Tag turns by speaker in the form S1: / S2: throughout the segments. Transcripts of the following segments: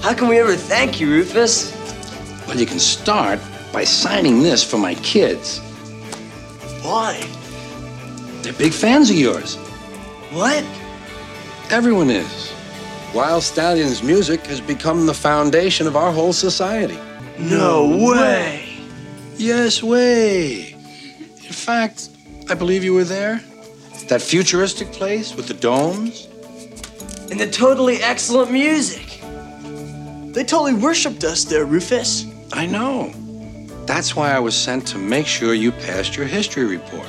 S1: How can we ever thank you, Rufus?
S2: Well, you can start by signing this for my kids.
S1: Why?
S2: They're big fans of yours.
S1: What?
S2: Everyone is. Wild Stallion's music has become the foundation of our whole society.
S1: No way!
S2: Yes, way. In fact, I believe you were there. That futuristic place with the domes.
S1: And the totally excellent music.
S3: They totally worshipped us there, Rufus.
S2: I know. That's why I was sent to make sure you passed your history report.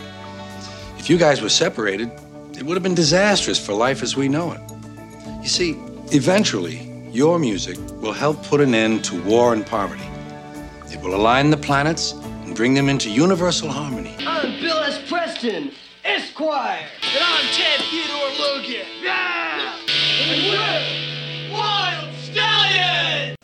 S2: If you guys were separated, it would have been disastrous for life as we know it. You see, eventually, your music will help put an end to war and poverty. It will align the planets and bring them into universal harmony.
S4: I'm Bill S. Preston, Esquire.
S5: And I'm Ted Theodore Logan.
S4: Yeah! And we're Wild Stallion!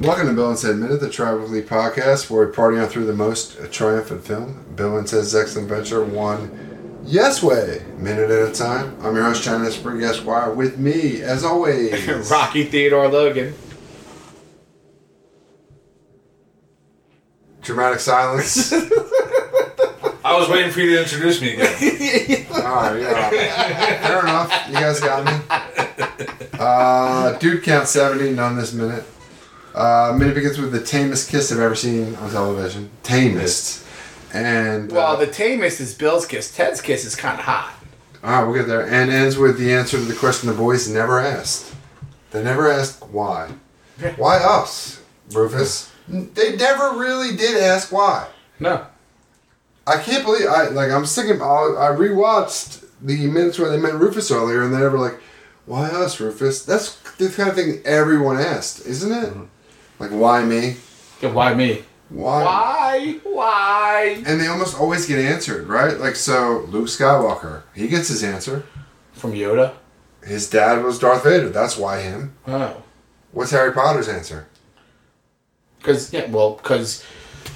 S6: Welcome to Bill and Ted Minute, the Tribal League podcast, where we party on through the most triumphant film, Bill and Ted's Excellent Adventure, one yes way, minute at a time. I'm your host, China Spring Esquire, with me, as always,
S7: Rocky Theodore Logan.
S6: dramatic silence. All
S7: I was waiting for you to introduce me again.
S6: right, yeah. Fair enough. You guys got me. Uh, dude count 70, none this minute. Uh, minute begins with the tamest kiss I've ever seen on television. Tamest. And uh,
S7: well, the tamest is Bill's kiss. Ted's kiss is kind of hot.
S6: All right, we'll get there. And ends with the answer to the question the boys never asked. They never asked why. Why us, Rufus? N- They never really did ask why.
S7: No.
S6: I can't believe I like. I'm thinking. I, I rewatched the minutes where they met Rufus earlier, and they never like, why us, Rufus? That's the kind of thing everyone asked, isn't it? Like, why me?
S7: Why me?
S6: Why?
S7: Why? Why?
S6: And they almost always get answered, right? Like, so Luke Skywalker, he gets his answer.
S7: From Yoda.
S6: His dad was Darth Vader. That's why him.
S7: Oh.
S6: What's Harry Potter's answer?
S7: Because yeah, well, because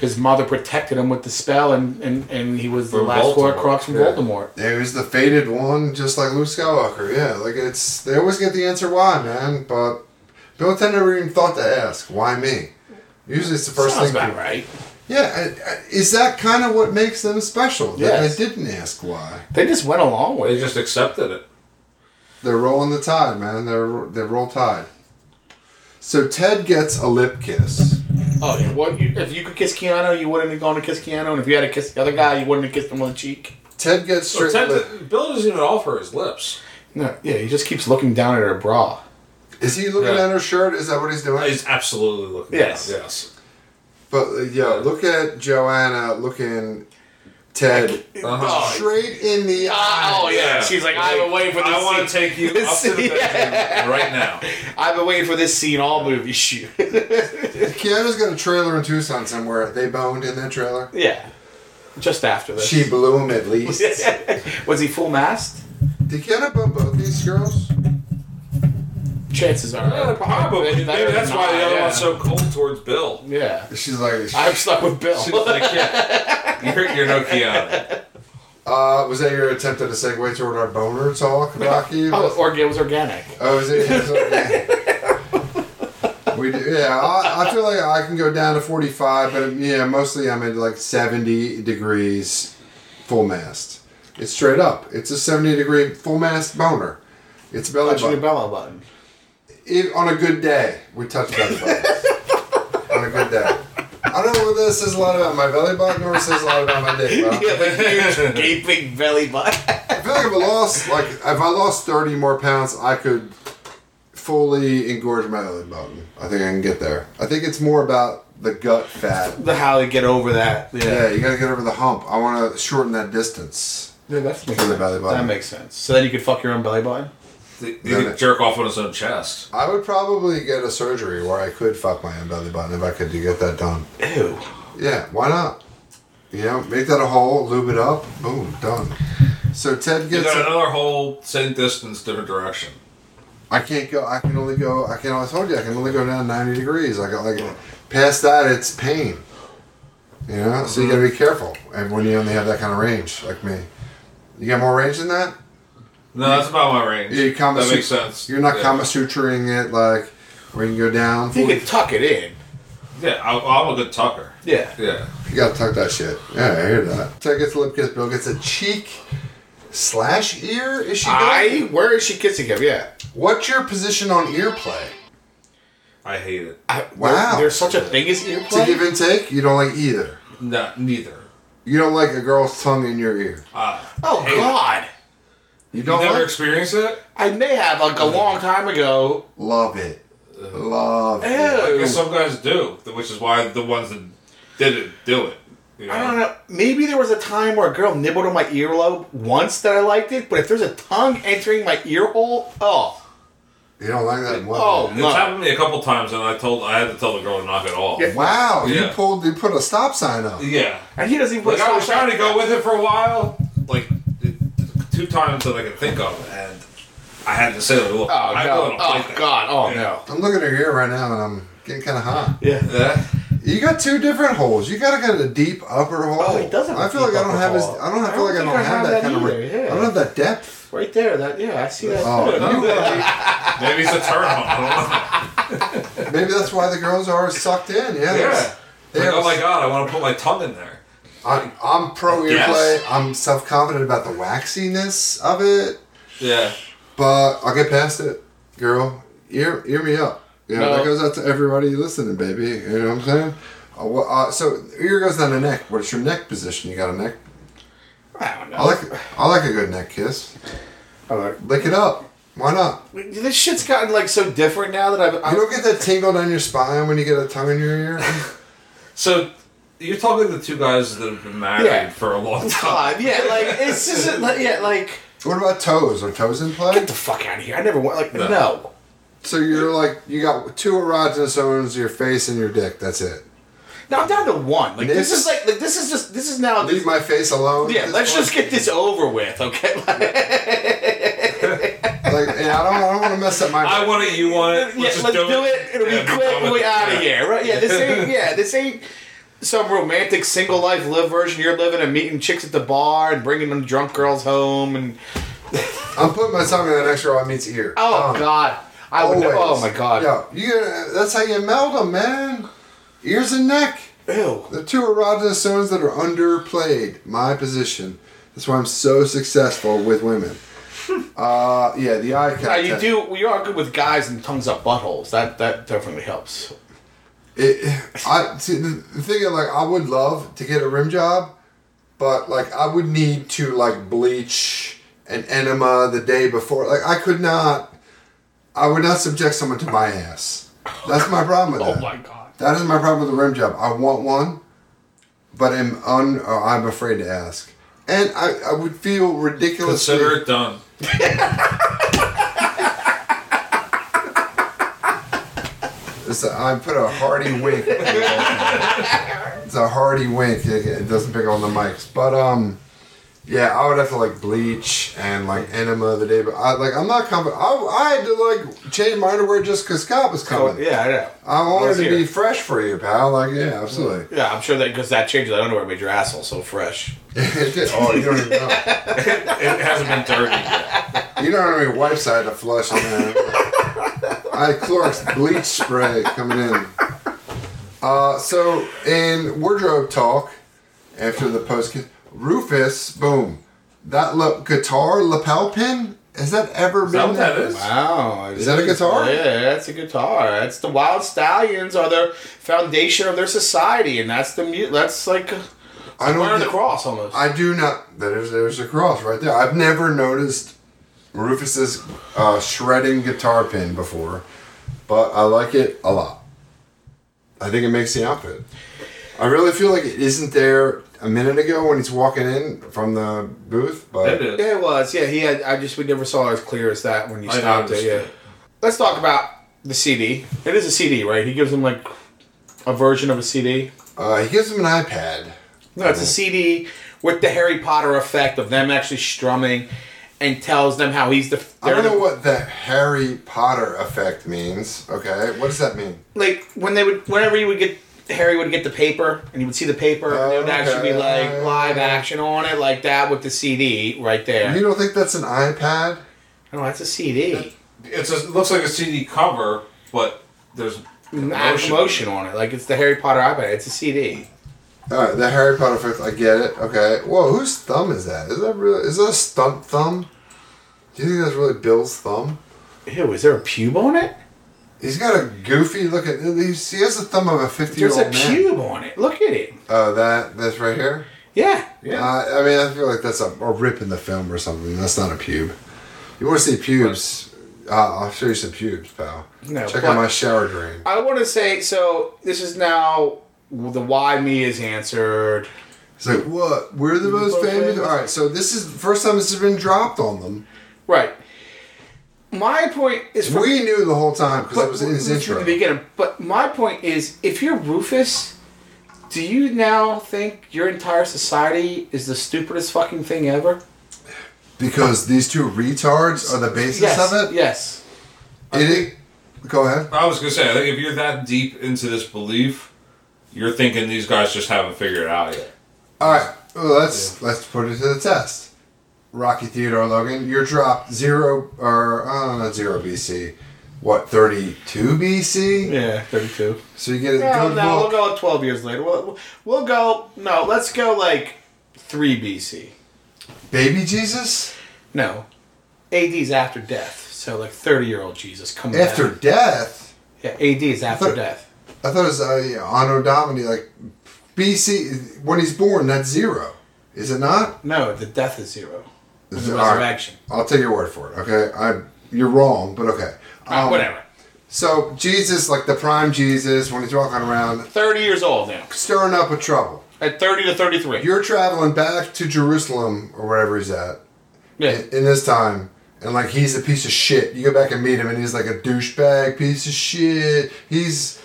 S7: his mother protected him with the spell, and and, and he was the
S8: From
S7: last
S8: Voldemort.
S7: Horcrux from
S6: Yeah.
S7: Voldemort.
S6: It was the faded one, just like Luke Skywalker. Yeah, like it's they always get the answer why, man. But Bill and Ted never even thought to ask why me. Usually, it's the first
S7: Sounds
S6: thing.
S7: about
S6: people-
S7: right.
S6: Yeah, I- I- is that kind of what makes them special? That
S7: Yes.
S6: they didn't ask why.
S7: They just went along with
S8: They
S7: it.
S8: just accepted it.
S6: They're rolling the tide, man. They're they roll tide. So Ted gets a lip kiss.
S7: Oh yeah. Well, you, if you could kiss Keanu, you wouldn't have gone to kiss Keanu, and if you had to kiss the other guy, you wouldn't have kissed him on the cheek.
S6: Ted gets
S8: So
S6: straight
S8: Ted,
S6: lip.
S8: Bill doesn't even offer his lips.
S7: No. Yeah. He just keeps looking down at her bra.
S6: Is he looking
S8: Yeah.
S6: at her shirt? Is that what he's doing?
S8: He's absolutely looking.
S7: Yes.
S8: down, Yes.
S6: but uh, yeah, look at Joanna looking Ted
S8: Uh-huh.
S6: straight in the eye.
S7: Oh yeah.
S8: Yeah.
S7: She's like, I've been waiting for this.
S8: I want to
S7: scene.
S8: take you up to the bedroom right now.
S7: I've been waiting for this scene all movie shoot.
S6: Keanu's got a trailer in Tucson somewhere. They boned in that trailer.
S7: yeah. Just after this.
S6: She blew him at least.
S7: was he full mast?
S6: Did Keanu bone both these girls?
S7: Chances are.
S8: Yeah, probably. Maybe
S7: better
S8: that's
S7: than
S8: why the
S7: not,
S8: other
S7: yeah.
S8: one's so cold towards Bill.
S7: Yeah.
S6: She's like,
S7: I'm stuck with Bill.
S8: She's like, yeah, you're, you're no Keanu.
S6: uh, was that your attempt at a segue toward our boner talk, Rocky?
S7: oh, or it was organic.
S6: Oh, is it? is it- yeah. We do, yeah, I, I feel like I can go down to 45, but yeah, mostly I'm at like 70 degrees full mast. It's straight up. It's a 70 degree full mast boner. It's belly
S7: Touching
S6: button.
S7: your belly button.
S6: If on a good day, we touch belly buttons. on a good day. I don't know whether this says a lot about my belly button or it says a lot about my dick. But
S7: Yeah, the huge gaping belly button.
S6: I feel like if I lost, like if I lost thirty more pounds, I could fully engorge my belly button. I think I can get there. I think it's more about the gut fat.
S7: The how they get over that. Yeah.
S6: Yeah, you gotta get over the hump. I want to shorten that distance.
S7: Yeah, that's makes
S6: For the
S7: sense.
S6: belly button.
S7: That makes sense. So then you could fuck your own belly button.
S8: You can jerk off on his own chest.
S6: I would probably get a surgery where I could fuck my own belly button if I could get that done.
S7: Ew.
S6: Yeah, why not? You know, make that a hole, lube it up, boom, done. So Ted
S8: You
S6: gets.
S8: got
S6: I
S8: another whole same distance, different direction.
S6: I can't go. I can only go. I can. I told you, I can only go down ninety degrees. I got like past that, it's pain. You know, so you gotta be careful. And when you only have that kind of range, like me, you got more range than that.
S8: No, that's about my range.
S6: You Kama
S8: that
S6: Sut-
S8: makes sense.
S6: You're not
S8: yeah.
S6: Kama Suturing it like. Or you can go down.
S7: You
S6: 40
S7: could tuck it in.
S8: Yeah, I, I'm a good talker.
S7: Yeah.
S8: Yeah.
S6: You gotta tuck that shit. Yeah, I hear that. So I gets a lip kiss. Bill gets a cheek slash ear. Is she?
S7: I.
S6: good?
S7: Where is she kissing him? Yeah.
S6: What's your position on ear play?
S8: I hate it.
S7: I,
S6: Wow.
S7: There's such a thing as ear
S6: To
S7: play.
S6: give and take. You don't like either.
S8: No, neither.
S6: You don't like a girl's tongue in your ear.
S7: oh God.
S6: You
S8: You
S6: don't
S8: never
S6: like.
S8: experienced it?
S7: I may have like a long time ago.
S6: Love it. Love
S7: Ew.
S6: it.
S8: I guess some guys do, which is why the ones that didn't do it. You know?
S7: I don't know. Maybe there was a time where a girl nibbled on my earlobe once that I liked it, but if there's a tongue entering my ear hole, oh,
S6: You don't like that.
S7: oh
S6: Wow.
S8: It's
S7: no.
S8: happened to me a couple times, and I told I had to tell the girl to knock it off.
S7: Yeah.
S6: Wow. You
S8: Yeah.
S6: pulled. You put a stop sign up.
S8: Yeah.
S7: And he doesn't even put
S8: Like
S7: a
S8: I was
S7: stop
S8: trying to
S7: sign.
S8: go with it for a while, like it- two times that I could think of, and I had to say, "Look,
S7: Oh
S8: I
S7: no!
S8: don't like
S7: Oh
S8: that.
S7: God! Oh
S8: Yeah.
S7: no!
S6: I'm looking at your ear right now, and I'm getting kind of hot.
S7: Yeah.
S8: Yeah.
S6: You got two different holes. You gotta get a deep upper hole.
S7: Oh, he does have a
S6: I feel
S7: deep
S6: like I don't
S7: upper
S6: have. His,
S7: hole.
S6: I don't. I
S7: I
S6: feel
S7: don't
S6: like I
S7: think
S6: don't
S7: I
S6: have
S7: have
S6: that
S7: that
S6: kind
S7: either,
S6: of.
S7: yeah.
S6: I don't have that depth.
S7: Right there. That yeah, I see that.
S6: Oh, you
S8: Maybe it's a turn on. I
S6: Maybe that's why the girls are sucked in. Yeah.
S8: don't know.
S6: there's-
S8: yeah. Like, oh
S6: there's-
S8: my God, I want to put my tongue in there.
S6: I, I'm pro ear
S8: Yes.
S6: play. I'm self confident about the waxiness of it,
S8: Yeah.
S6: but I'll get past it, girl. Ear, ear me up. You know,
S7: No.
S6: that goes out to everybody listening, baby. You know what I'm saying? Uh, wha- uh, so ear goes down the neck. What's your neck position? You got a neck?
S7: I don't know.
S6: I like, I like a good neck kiss.
S7: I like-
S6: Lick it up. Why not?
S7: This shit's gotten like so different now that I've.
S6: You
S7: I,
S6: don't get that tingle down your spine when you get a tongue in your ear.
S8: So you're talking to the two guys that have been married
S7: Yeah.
S8: for a long time.
S7: God, yeah, like it's just like yeah, like
S6: what about toes? Are toes in play?
S7: get the fuck out of here! I never want like
S8: No.
S7: no.
S6: So you're like you got two erogenous zones, your face and your dick. That's it.
S7: Now I'm down to one. Like this,
S6: This-
S7: is like, like this is just this is now.
S6: Leave my face alone.
S7: yeah, let's just get this over with, okay?
S6: like yeah, I don't I don't want to mess up my.
S8: I want it. You want it. Let's
S7: Yeah, let's,
S8: just
S7: do, it. It'll
S8: Yeah,
S7: be quick.
S8: done with
S7: We
S8: it.
S7: out
S8: Yeah.
S7: of here, right? Yeah, this ain't. Yeah, this ain't some romantic single life live version you're living and meeting chicks at the bar and bringing them drunk girls home and
S6: I'm putting my tongue in that next girl I meet's ear.
S7: oh
S6: Um,
S7: god, I would.
S6: always.
S7: Oh my god.
S6: Yo, you gotta- that's how you meld them, man. Ears and neck.
S7: Ew.
S6: The two erogenous zones that are underplayed. My position. That's why I'm so successful with women. Uh, yeah, the eye
S7: Now
S6: contact.
S7: you do. You are good with guys and tongues up buttholes. That that definitely helps.
S6: It, I see the the thing is like I would love to get a rim job, but like I would need to like bleach an enema the day before. Like I could not, I would not subject someone to my ass. That's my problem with
S7: Oh
S6: that.
S7: my god.
S6: That is my problem with the rim job. I want one, but am un. Or I'm afraid to ask, and I, I would feel ridiculous.
S8: Consider it done.
S6: It's a, I put a hearty wink. it's a hearty wink. It, it doesn't pick on the mics, but um, yeah, I would have to like bleach and like enema the day. But I like I'm not coming. I, I had to like change my underwear just because Scott was
S7: Oh,
S6: coming.
S7: yeah, I know.
S6: I wanted
S7: was
S6: to
S7: here.
S6: be fresh for you, pal. Like yeah, absolutely.
S7: Yeah, I'm sure that because that changes. I don't know where it made your asshole so fresh.
S6: It did- oh, you don't even know.
S8: It hasn't been dirty yet.
S6: You know how many wipes I had to flush on that. I had Clorox bleach spray coming in. Uh, so in wardrobe talk, after the post, Rufus, boom, that la- guitar lapel pin has that ever
S8: Is
S6: been?
S8: that what that is?
S7: Wow. Is
S6: that a guitar?
S7: Yeah, that's a guitar. That's the Wild Stallions are the foundation of their society, and that's the mu- That's like
S6: I
S7: wearing
S6: don't.
S7: the
S6: thi-
S7: cross almost.
S6: I do not. There's there's a cross right there. I've never noticed Rufus's uh, shredding guitar pin before, but I like it a lot. I think it makes the outfit. I really feel like it isn't there a minute ago when he's walking in from the booth, but
S8: It is.
S7: yeah, it was. Yeah, he had. I just we never saw it as clear as that when you
S8: I
S7: stopped it.
S8: noticed
S7: Yeah.
S8: it.
S7: Let's talk about the CD. It is a CD, right? He gives him like a version of a CD.
S6: uh, he gives him an iPad.
S7: No, it's a CD with the Harry Potter effect of them actually strumming, and tells them how he's the.
S6: I don't
S7: they're the-
S6: know what the Harry Potter effect means. Okay, what does that mean?
S7: like when they would whenever you would get Harry would get the paper and you would see the paper and there would actually be like
S6: Oh, Okay.
S7: live action on it like that with the CD right there.
S6: You don't think that's an iPad?
S7: No, that's a CD.
S8: It's a, it looks like a CD cover, but there's
S7: Emotion. emotion on it. Like it's the Harry Potter iPad. It's a CD.
S6: All right, the Harry Potter effect. I get it. Okay. Whoa, whose thumb is that? Is that really? Is that a stunt thumb? Do you think that's really Bill's thumb?
S7: Ew, is there a pube on it?
S6: He's got a goofy look at. he's- He has the thumb of a
S7: There's
S6: fifty-year-old
S7: a
S6: man.
S7: pube on it. Look at it.
S6: Oh, that that's right here.
S7: Yeah.
S6: Uh, I mean, I feel like that's a, a rip in the film or something. That's not a pube. You want to see pubes? Uh, I'll show you some pubes, pal.
S7: No,
S6: Check
S7: but-
S6: out my shower drain.
S7: I want to say so. This is now the why me is answered.
S6: It's like what? We're the most
S7: Most
S6: famous.
S7: famous.
S6: All right, so this is the first time this has been dropped on them.
S7: Right. My point is from,
S6: We knew the whole time because
S7: but-
S6: it was in his
S7: from
S6: intro.
S7: the beginning. But my point is, if you're Rufus, do you now think your entire society is the stupidest fucking thing ever?
S6: Because these two retards are the basis
S7: yes.
S6: of it.
S7: Yes.
S6: It, it. Go ahead.
S8: I was gonna say, I think if you're that deep into this belief, you're thinking these guys just haven't figured it out yet.
S6: All right. Well, let's let's put it to the test. Rocky Theodore Logan, you're dropped zero or uh, not zero BC, what thirty two BC?
S7: Yeah. Thirty-two.
S6: So you get a
S7: No,
S6: good
S7: no, we'll
S6: book.
S7: go 12 years later. We'll, we'll go, no, let's go like 3 BC.
S6: Baby Jesus
S7: No. AD is after death. So like 30 year old Jesus coming
S6: after
S7: down.
S6: death.
S7: Yeah, AD is after
S6: Thir-
S7: death.
S6: I thought it was uh, yeah, Anno Domini, like BC when he's born. That's zero, is it not?
S7: No, the death is zero. With the
S6: All right.
S7: resurrection.
S6: I'll take your word for it. Okay, I you're wrong, but okay.
S7: Ah,
S6: Um,
S7: whatever.
S6: So Jesus, like the prime Jesus, when he's walking around,
S7: 30 years old now.
S6: stirring up a trouble.
S7: At 30 to 33.
S6: You're traveling back to Jerusalem or wherever he's at
S7: yeah.
S6: in, in this time, and like he's a piece of shit. You go back and meet him, and he's like a douchebag piece of shit. He's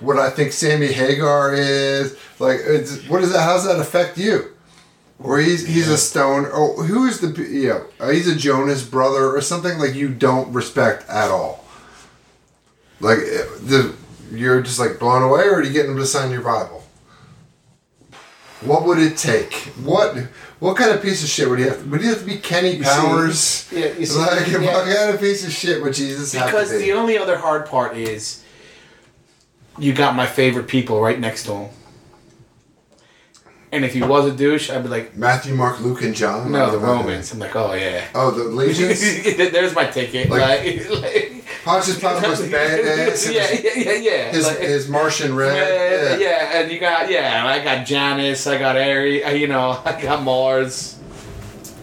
S6: what I think Sammy Hagar is. Like, it's, what does that? How does that affect you? Or he's he's a stone. Oh, who is the p- you know? uh, He's a Jonas brother or something like you don't respect at all. Like uh, the you're just like blown away, or do you get him to sign your Bible? What would it take? What what kind of piece of shit would he have? To, would he have to be Kenny Powers?
S7: yeah, you see-
S6: like
S7: yeah.
S6: what kind of piece of shit would Jesus have
S7: Because
S6: to be?
S7: the only other hard part is you got my favorite people right next to him. And if he was a douche, I'd be like,
S6: Matthew, Mark, Luke, and John.
S7: no, the
S6: Oh, okay.
S7: Romans. I'm like, oh yeah.
S6: Oh, the legions.
S7: There's my ticket.
S6: Like-
S7: Like, like-
S6: Pontius Pilate's badass.
S7: yeah, yeah, yeah, yeah.
S6: His,
S7: Like-
S6: his Martian red.
S7: yeah, yeah, yeah, and you got yeah. I got Janus. I got Aries. uh, You know, I got Mars.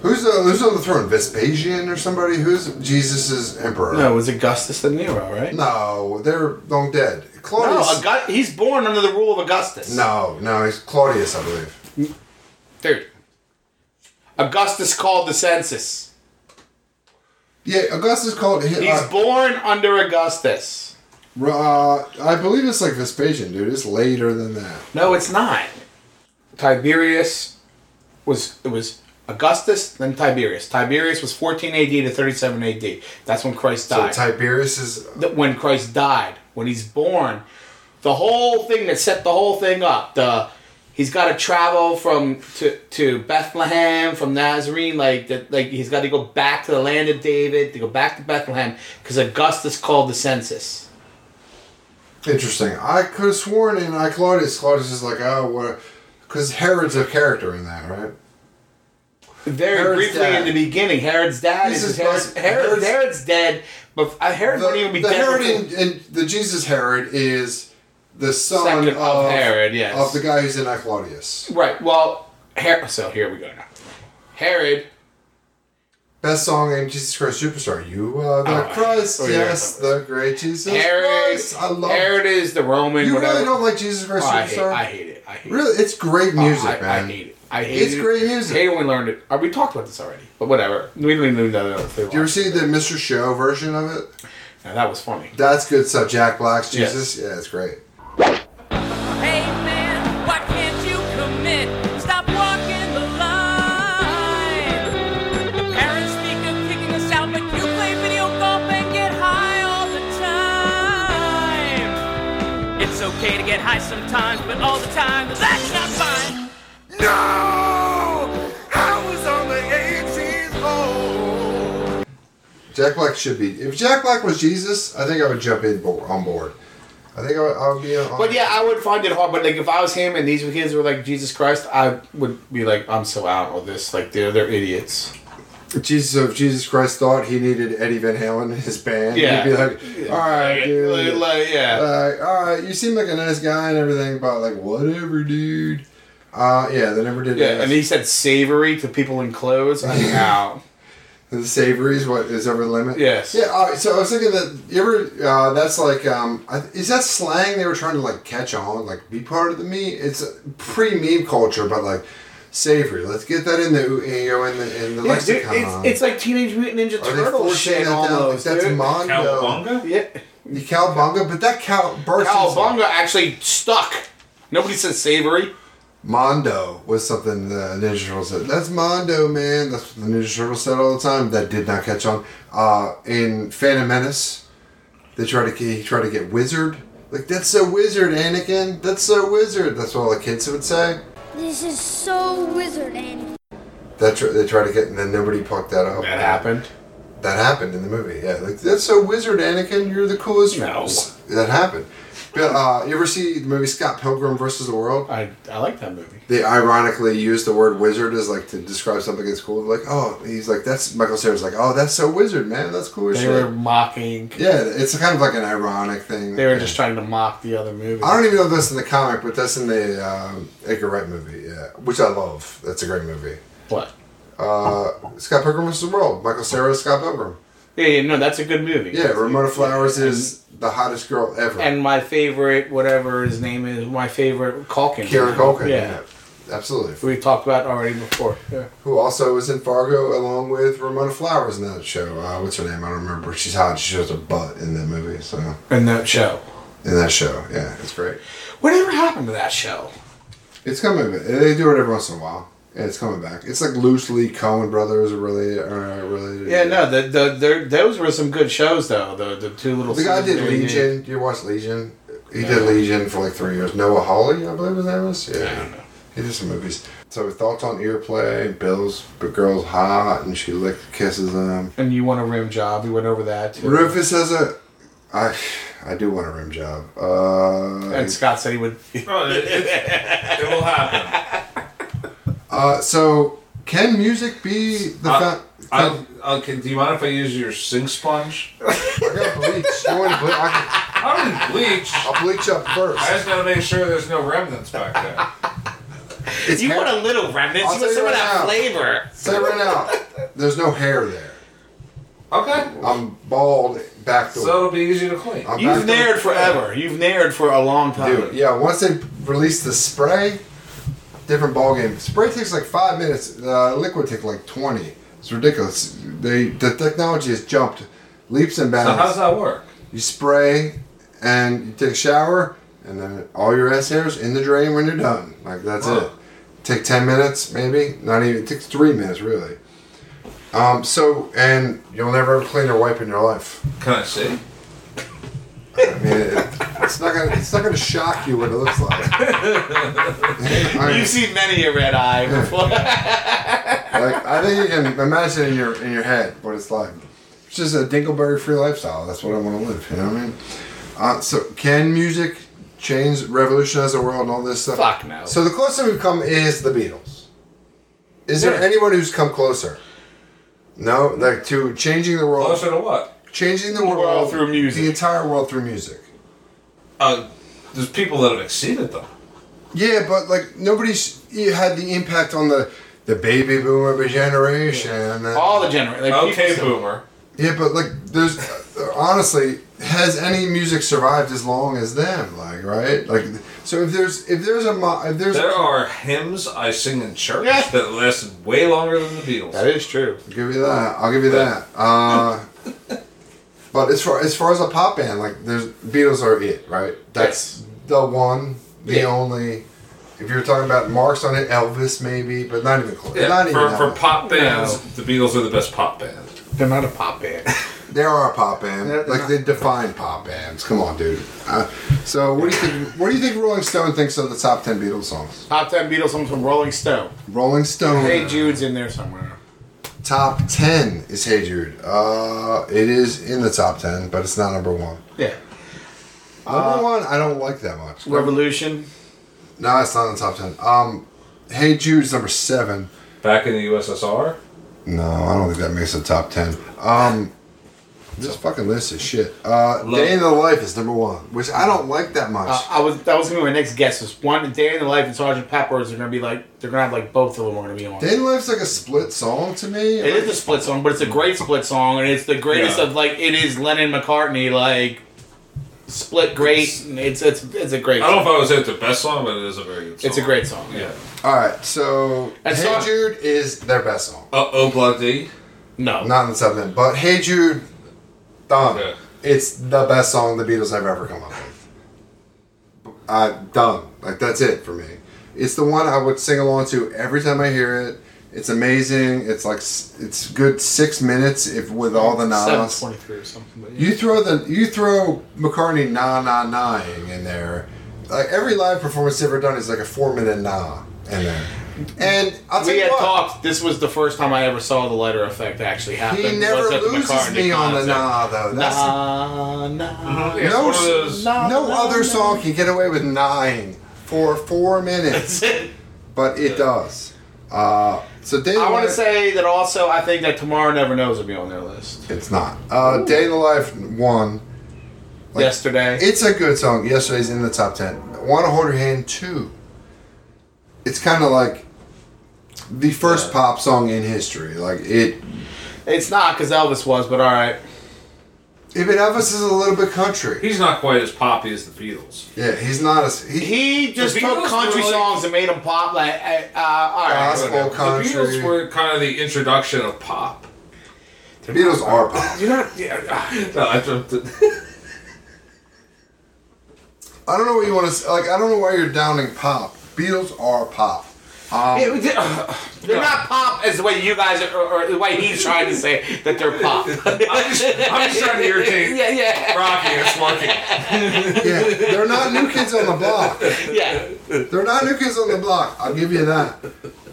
S6: Who's uh, who's on the throne? Vespasian or somebody? Who's Jesus' emperor?
S7: No, it was Augustus the Nero, right?
S6: No, they're long dead.
S7: No,
S6: Claudius.
S7: Augu- he's born under the rule of Augustus.
S6: No, no, he's Claudius, I believe.
S7: dude. Augustus called the census.
S6: Yeah, Augustus called. He's
S7: He's
S6: uh,
S7: born under Augustus.
S6: uh, I believe it's like Vespasian, dude. It's later than that.
S7: No, it's not. Tiberius was it was Augustus then Tiberius. Tiberius was 14 AD to 37 AD. That's when Christ
S6: So
S7: died.
S6: Tiberius is.
S7: that when Christ died, when he's born, the whole thing that set the whole thing up, the he's got to travel from to, to Bethlehem from Nazarene, like that, like he's got to go back to the land of David to go back to Bethlehem because Augustus called the census.
S6: Interesting. I could have sworn in I Claudius. Claudius is like, oh, what? Because Herod's a character in that, right?
S7: Very
S6: Herod's
S7: briefly
S6: dad.
S7: in the beginning, Herod's dad
S6: This
S7: is,
S6: is
S7: Herod,
S6: like-
S7: Herod-
S6: Herod's-
S7: Herod's dead, but uh, Herod
S6: The,
S7: wouldn't even be
S6: the
S7: dead.
S6: Herod
S7: before-
S6: in, in the Jesus Herod is the son
S7: Second
S6: of,
S7: of Herod, yes.
S6: of the guy who's in I Claudius.
S7: right. Well, Herod. So here we go now. Herod
S6: Best song in Jesus Christ Superstar. You are the
S7: Oh, I-
S6: Christ,
S7: oh, yeah,
S6: yes, the great Jesus
S7: Herod,
S6: Christ. I love
S7: Herod is the Roman.
S6: You
S7: whatever.
S6: really don't like Jesus Christ
S7: Oh, I, hate,
S6: Superstar?
S7: I hate it. I hate
S6: Really, it's great
S7: it. Oh,
S6: music,
S7: I,
S6: man.
S7: I hate it. I hate
S6: It's
S7: it.
S6: great music.
S7: Hate it when we learned it. Are we talked about this already? But whatever. We don't even know the other thing.
S6: Do you ever see the Mr. Show version of it?
S7: Now, that was funny.
S6: That's good stuff. Jack Black's
S7: Yes.
S6: Jesus. Yeah, it's great.
S9: Hey man, why can't you commit? Stop walking the line. Parents speak of kicking us out, but you play video golf and get high all the time. It's okay to get high sometimes, but all the time, that's not fine.
S6: Jack Black should be. If Jack Black was Jesus, I think I would jump in bo- on board. I think I would, I would be on.
S7: But yeah, I would find it hard. But like, if I was him and these kids were like Jesus Christ, I would be like, I'm so out of this. Like, they're they're idiots.
S6: Jesus, so if Jesus Christ thought he needed Eddie Van Halen in his band,
S7: Yeah.
S6: he'd be like, all right,
S7: Like,
S6: dude. Uh,
S7: like, yeah.
S6: Like, all right, you seem like a nice guy and everything, but like, whatever, dude. Uh, yeah, they never did
S7: Yeah,
S6: ask.
S7: and he said savory to people in clothes. I'm out.
S6: The savory is what is over the limit.
S7: Yes.
S6: Yeah. All right, so I was thinking that you ever uh, that's like um, I- is that slang they were trying to like catch on like be part of the meme? It's pre meme culture, but like savory. Let's get that in the you know in the in the
S7: Yeah, dude,
S6: lexicon.
S7: it's, it's like Teenage Mutant Ninja
S6: Are they
S7: Turtle
S6: forcing
S7: shit
S6: that down? Like,
S7: almost.
S6: That's
S7: dude.
S6: Mongo.
S8: Cowabunga?
S7: yeah.
S6: The cowabunga, but that cow burst.
S7: Cowabunga actually stuck. Nobody said savory.
S6: Mondo was something the Ninja Turtles said. That's Mondo, man. That's what the Ninja Turtles said all the time. That did not catch on. Uh, in Phantom Menace, they tried to he tried to get wizard. Like that's so wizard, Anakin. That's so wizard. That's what all the kids would say.
S10: This is so wizard, Andy.
S6: That tr- they tried to get, and then nobody plucked that up.
S7: That happened.
S6: That happened in the movie. Yeah, like that's so wizard, Anakin. You're the coolest.
S7: No.
S6: That happened. But, uh, you ever see the movie Scott Pilgrim versus the World?
S7: I, I like that movie.
S6: they ironically use the word wizard as like to describe something that's cool. Like, oh, he's like that's Michael Cera's like, oh, that's so wizard, man. That's cool as
S7: They
S6: shit.
S7: were mocking.
S6: yeah, it's kind of like an ironic thing.
S7: They were just trying to mock the other movie.
S6: I don't even know if that's in the comic, but that's in the um, Edgar Wright movie, yeah, which I love. That's a great movie.
S7: What?
S6: Uh, Scott Pilgrim vs. the World. Michael Cera, is Scott Pilgrim.
S7: Yeah, yeah, no, that's a good movie.
S6: Yeah, Ramona Flowers is the hottest girl ever.
S7: And my favorite, whatever his name is, my favorite Calkin.
S6: Kieran Culkin.
S7: Yeah.
S6: yeah. Absolutely.
S7: We talked about already before. Yeah.
S6: who also was in Fargo along with Ramona Flowers in that show. Uh, what's her name? I don't remember. She's hot. She shows her butt in that movie. So
S7: And that show.
S6: in that show, yeah, it's great.
S7: Whatever happened to that show?
S6: It's coming. back. They do it every once in a while. Yeah, it's coming back. It's like loosely Cohen Brothers are related. Are related.
S7: Yeah, no, the, the, there those were some good shows though. The the two little.
S6: The guy
S7: seasons
S6: did
S7: they
S6: Legion. Do you watch Legion? He did Legion for like three years. Noah Hawley, I believe his name is. Yeah. He did some movies. So thoughts on earplay, Bill's but girl's hot and she lick kisses him.
S7: And you want a rim job? We went over that. Too.
S6: Rufus has a. I, I do want a rim job. Uh,
S7: And Scott said he would.
S8: Oh, it, it, it will happen.
S6: uh, so, can music be the
S8: Uh,
S6: fa-
S8: I, okay, do you mind if I use your sink sponge?
S6: I got bleach. You want to ble- I can,
S8: I don't bleach.
S6: I'll bleach up
S8: I
S6: first.
S8: just gotta make sure there's no remnants back there.
S6: It's
S7: You
S6: hair-
S7: want a little remnants.
S6: I'll
S7: you
S6: tell
S7: want
S6: you right now.
S7: some of that flavor.
S6: Say right now, there's no hair there.
S8: Okay.
S6: I'm bald back door.
S8: So it'll be easy to clean.
S6: I'm
S7: You've
S6: back
S7: nared forever. You've nared for a long time.
S6: door- Dude, yeah. Once they release the spray, different ball game. Spray takes like five minutes. Uh, liquid takes like twenty. It's ridiculous. They the technology has jumped leaps and
S8: So
S6: bounds.
S8: how does that work?
S6: you spray and you take a shower and then all your ass hairs in the drain when you're done like that's
S8: Huh.
S6: it take 10 minutes maybe not even it takes three minutes really um so and you'll never have a cleaner wipe in your life
S8: Can I see?
S6: i mean it, it's not gonna it's not gonna shock you what it looks like I,
S7: You've seen many a red eye before.
S6: like i think you can imagine in your in your head what it's like it's just a dingleberry free lifestyle that's what i want to live you know what i mean uh, so can music change revolutionize the world and all this stuff
S7: Fuck no.
S6: So the closest we've come is the Beatles. Is there
S7: Yeah.
S6: anyone who's come closer? No, like to changing the world,
S8: Closer to what?
S6: changing the world,
S7: World through music.
S6: the entire world through music.
S8: Uh, there's people that have exceeded them.
S6: Yeah, but like nobody's you had the impact on the the baby boomer generation. and then-
S7: All the generations. Like
S8: Okay,
S7: people-
S8: boomer.
S6: Yeah, but like there's honestly has any music survived as long as them? Like right, like so if there's if there's a mo- if there's
S8: There are hymns I sing in church
S7: Yeah.
S8: that lasted way longer than the Beatles.
S7: That is true.
S6: I'll give you that. I'll give you that. Uh, but as far as far as a pop band, like there's Beatles are it, right? That's the one, the
S7: Yeah.
S6: only. If you're talking about marks on it, Elvis maybe, but not even close.
S8: Yeah,
S6: not even
S8: for,
S6: that
S8: for
S6: one.
S8: pop bands, the Beatles are the best pop band.
S7: They're not a pop band.
S6: They are a pop band.
S7: They're- they're
S6: like they define pop bands. Come on, dude. Uh, so what do you think? What do you think Rolling Stone thinks of the top ten Beatles songs?
S7: Top 10 Beatles songs from Rolling Stone.
S6: Rolling Stone.
S7: Hey Jude's in there somewhere.
S6: Top ten is Hey Jude. Uh, it is in the top ten, but it's not number one.
S7: Yeah.
S6: Number one, I don't like that much.
S7: Revolution.
S6: No, it's not in the top ten. Um, Hey Jude's number seven.
S8: Back in the USSR?
S6: No, I don't think that makes the top ten. Um, this fucking list is shit. Uh, Day in the Life is number one, which I don't like that much.
S7: Uh, I was that was gonna be my next guess. Was one Day in the Life and Sergeant Pepper's are gonna be like they're gonna have like both of them are gonna be on.
S6: Day in the Life's like a split song to me.
S7: It is a split song, but it's a great split song, and it's the greatest
S8: Yeah.
S7: of like it is Lennon McCartney like split great. and It's it's it's a great.
S8: I don't know if
S7: song.
S8: I would say it's the best song, but it is a very good song.
S7: It's a great song.
S8: Yeah.
S6: All right, so
S7: And
S6: Hey
S7: so-
S6: Jude is their best song.
S8: Uh oh, Block D.
S7: No,
S6: Not in the top ten, but Hey Jude, done.
S8: Yeah.
S6: It's the best song the Beatles have ever come up with. I done. Like that's it for me. It's the one I would sing along to every time I hear it. It's amazing. It's like s- it's good six minutes if with all the
S7: seven
S6: nods.
S7: twenty three or something. But yeah.
S6: You throw the you throw McCartney na na naing in there. Like every live performance they've ever done is like a four minute nah in there. And I'll tell
S7: we
S6: you
S7: had
S6: what,
S7: talked. This was the first time I ever saw the letter effect actually happen.
S6: he never
S7: was at the
S6: loses
S7: McCartney
S6: me on the Mm-hmm.
S7: concert.
S6: nah though. That's
S7: Nah, nah.
S8: Yeah, it's
S6: no
S8: one of those-
S7: Nah,
S6: no
S7: nah,
S6: other
S7: nah.
S6: song can get away with nine for four minutes, but it does. Uh, so Day in the
S7: I want to
S6: Life-
S7: say that also. I think that Tomorrow Never Knows will be on their list.
S6: it's not. Uh, Day in the Life one. Like-
S7: Yesterday.
S6: It's a good song. Yesterday's in the top ten. Want to hold her hand too. It's kind of like the first pop song in history. Like it,
S7: it's not because Elvis was, but all right.
S6: even Elvis is a little bit country.
S8: He's not quite as poppy as the Beatles.
S6: Yeah, he's not as he,
S7: He just
S8: The
S7: took
S8: Beatles
S7: country
S8: were like-
S7: songs and made them pop. Like, uh, uh, all right.
S6: Gospel country.
S8: The Beatles were kind of the introduction of pop.
S6: the Beatles are pop.
S8: You're not. Yeah. No, I jumped.
S6: I don't know what you want to like. I don't know why you're downing pop. Beatles are pop. Um,
S7: It was- they're not pop as the way you guys are, or, or the way he's trying to say that they're pop.
S8: I'm just, I'm just trying to irritate
S7: yeah, yeah,
S8: Rocky and Smarky.
S6: Yeah, they're not new kids on the block.
S7: yeah.
S6: They're not new kids on the block. I'll give you that.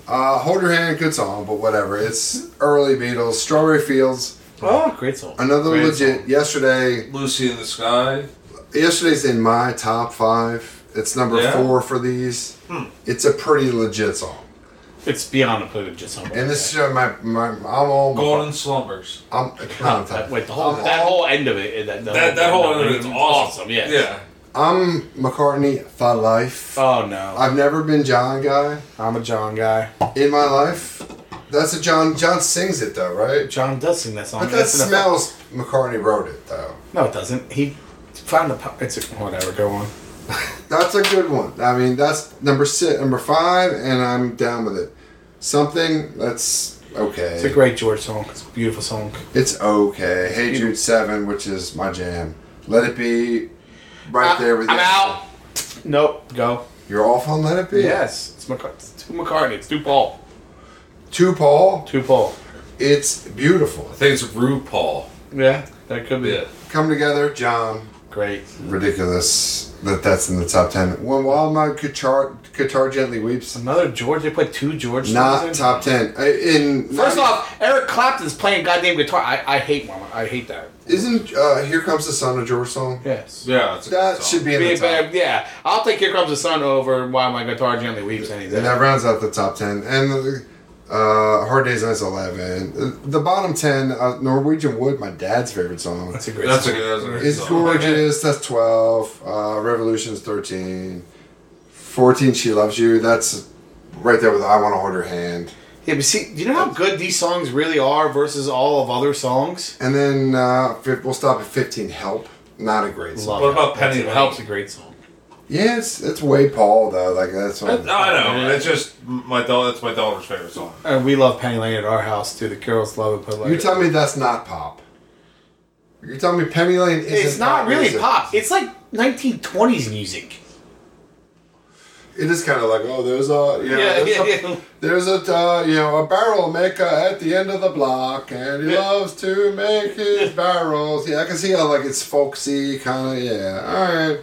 S6: Uh, Hold Her Hand, good song, but whatever. It's early Beatles. Strawberry Fields,
S7: Oh, great song.
S6: another
S7: Great
S6: legit.
S7: song.
S6: Yesterday,
S8: Lucy in the Sky.
S6: yesterday's in my top five. It's number
S8: Yeah.
S6: four for these.
S7: Hmm.
S6: It's a pretty legit song.
S7: It's beyond a privilege song.
S6: And this is uh, my, my I'm all
S8: Golden Slumbers.
S6: I'm,
S7: Oh, that, wait, the whole,
S6: I'm
S7: that
S6: all-
S7: whole end of it. That,
S8: That, that
S7: end
S8: whole
S7: of
S8: other
S7: it
S8: is
S7: is
S8: awesome.
S7: Yeah.
S8: Yeah.
S6: I'm McCartney for life.
S7: Oh no.
S6: I've never been John guy
S7: I'm a John guy.
S6: in my life. That's a John. John sings it though, right?
S7: John does sing that song.
S6: But that
S7: That's enough.
S6: smells. McCartney wrote it though.
S7: No, it doesn't. He found the. po- It's a, whatever. Go on.
S6: That's a good one. I mean, that's number six, number five, and I'm down with it. Something that's okay.
S7: It's a great George song. It's a beautiful song.
S6: It's okay. Hey Jude seven, which is my jam. Let it be, right there with
S7: I'm
S6: you.
S7: out. Nope. Go.
S6: You're off on Let It Be.
S7: Yes. It's, McCart- it's too McCartney. It's too Paul.
S6: To Paul,
S7: Too Paul.
S6: it's beautiful.
S8: I think it's RuPaul.
S7: Yeah. That could be
S8: Yeah.
S6: Come together, John.
S7: great.
S6: Ridiculous that that's in the top ten. When while my guitar guitar gently weeps.
S7: Another George. They played two George.
S6: Not
S7: songs in?
S6: top ten. I- In
S7: First
S6: not-
S7: off, Eric Clapton's playing goddamn guitar. I, I hate Mama. I hate that.
S6: isn't uh, "Here Comes the Sun" a George song?
S7: Yes.
S8: Yeah. It's a good
S6: That
S8: song.
S6: should be in
S7: Be
S6: the
S7: a
S6: top.
S7: bad- yeah, I'll take "Here Comes the Sun" over "Why My Guitar Gently Weeps" any day.
S6: And that rounds out the top ten. And uh, "Hard Days Night's" eleven. The bottom ten, uh, "Norwegian Wood," my dad's favorite song.
S7: That's a great.
S8: That's a
S7: song.
S8: good. That's a good
S6: It's
S8: song.
S6: gorgeous. That's twelve. Uh, Revolution's thirteen. Fourteen. She loves you. That's right there with "I Want to Hold Her Hand."
S7: Yeah, but see, do you know how good these songs really are versus all of other songs?
S6: And then uh, fif- we'll stop at fifteen. Help. Not a great song.
S7: Love
S8: What
S7: it.
S8: about Penny
S7: That's a-
S8: Lane?
S7: Help's a great song.
S6: Yeah, it's, it's way Paul though. Like that's what.
S8: No, I know. It's just my daughter. That's my daughter's favorite song.
S7: And Uh, we love Penny Lane at our house too. The girls love it, but like
S6: You tell me that's not pop. You tell me Penny Lane isn't.
S7: it's not
S6: pop
S7: really
S6: music.
S7: pop. It's like 1920s music.
S6: It is kind of like oh, there's a you know,
S7: Yeah,
S6: there's,
S7: yeah,
S6: a,
S7: yeah.
S6: there's a uh, you know a barrel maker at the end of the block, and he loves to make his barrels. Yeah, I can see how like it's folksy kind of yeah. All right.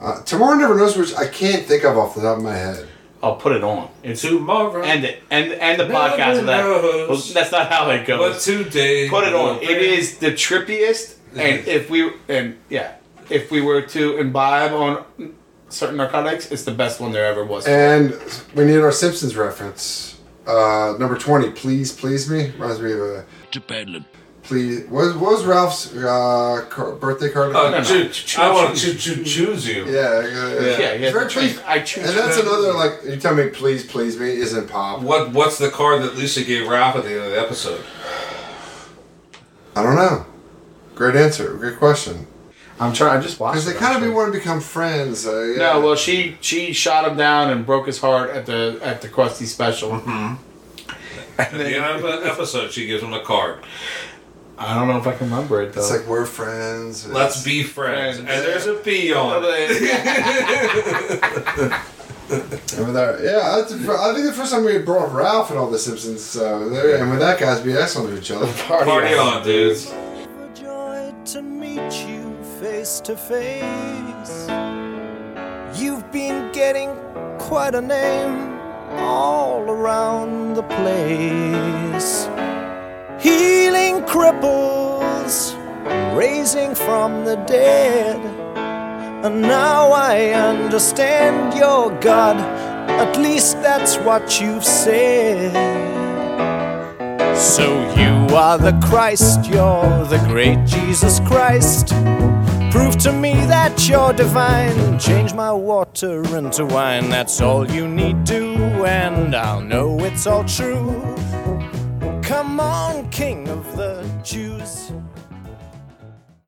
S6: Uh, Tomorrow never knows which I can't think of off the top of my head.
S7: I'll put it on. It's
S8: Tomorrow.
S7: end it. End end the
S8: Never
S7: podcast with that.
S8: knows.
S7: Well, that's not how it goes.
S8: But today.
S7: put it
S8: will
S7: on. It
S8: bring-
S7: is the trippiest, and if we and yeah, if we were to imbibe on certain narcotics, it's the best one there ever was.
S6: And we need our Simpsons reference. Uh, number 20, Please Please Me. Reminds me of a.
S11: Japan.
S6: Please. What, what was Ralph's uh, car, birthday card?
S7: Oh,
S8: Uh, choo- choo- I want to choo- choo- choose you.
S6: Yeah, uh,
S8: Yeah. Yeah,
S7: yeah,
S6: Very
S7: the
S6: please-
S7: please- I choose
S6: And that's
S7: you.
S6: another like you tell me please please me isn't pop.
S8: What What's the card that Lisa gave Ralph at the end of the episode?
S6: I don't know. Great answer. Great question.
S7: I'm trying. I just watched.
S6: Because they
S7: it,
S6: kind
S7: actually.
S6: of want to become friends. Uh, yeah.
S7: No, well, she she shot him down and broke his heart at the at the Krusty special.
S6: Mm-hmm.
S8: At the end of the episode, she gives him a card.
S7: I don't know if I can remember it though.
S6: it's like we're friends.
S8: Let's be friends. And there's a P on it.
S6: And with our, yeah, that's, I think the first time we brought up Ralph and all the Simpsons, so there, and with that guys be excellent to each other.
S8: Party on, dudes.
S12: joy to meet you face to face. You've been getting quite a name all around the place. Healing cripples, raising from the dead. And now I understand your God, at least that's what you've said. So you are the Christ, you're the great Jesus Christ. Prove to me that you're divine. Change my water into wine, that's all you need to, and I'll know it's all true. Come on, King of the Jews.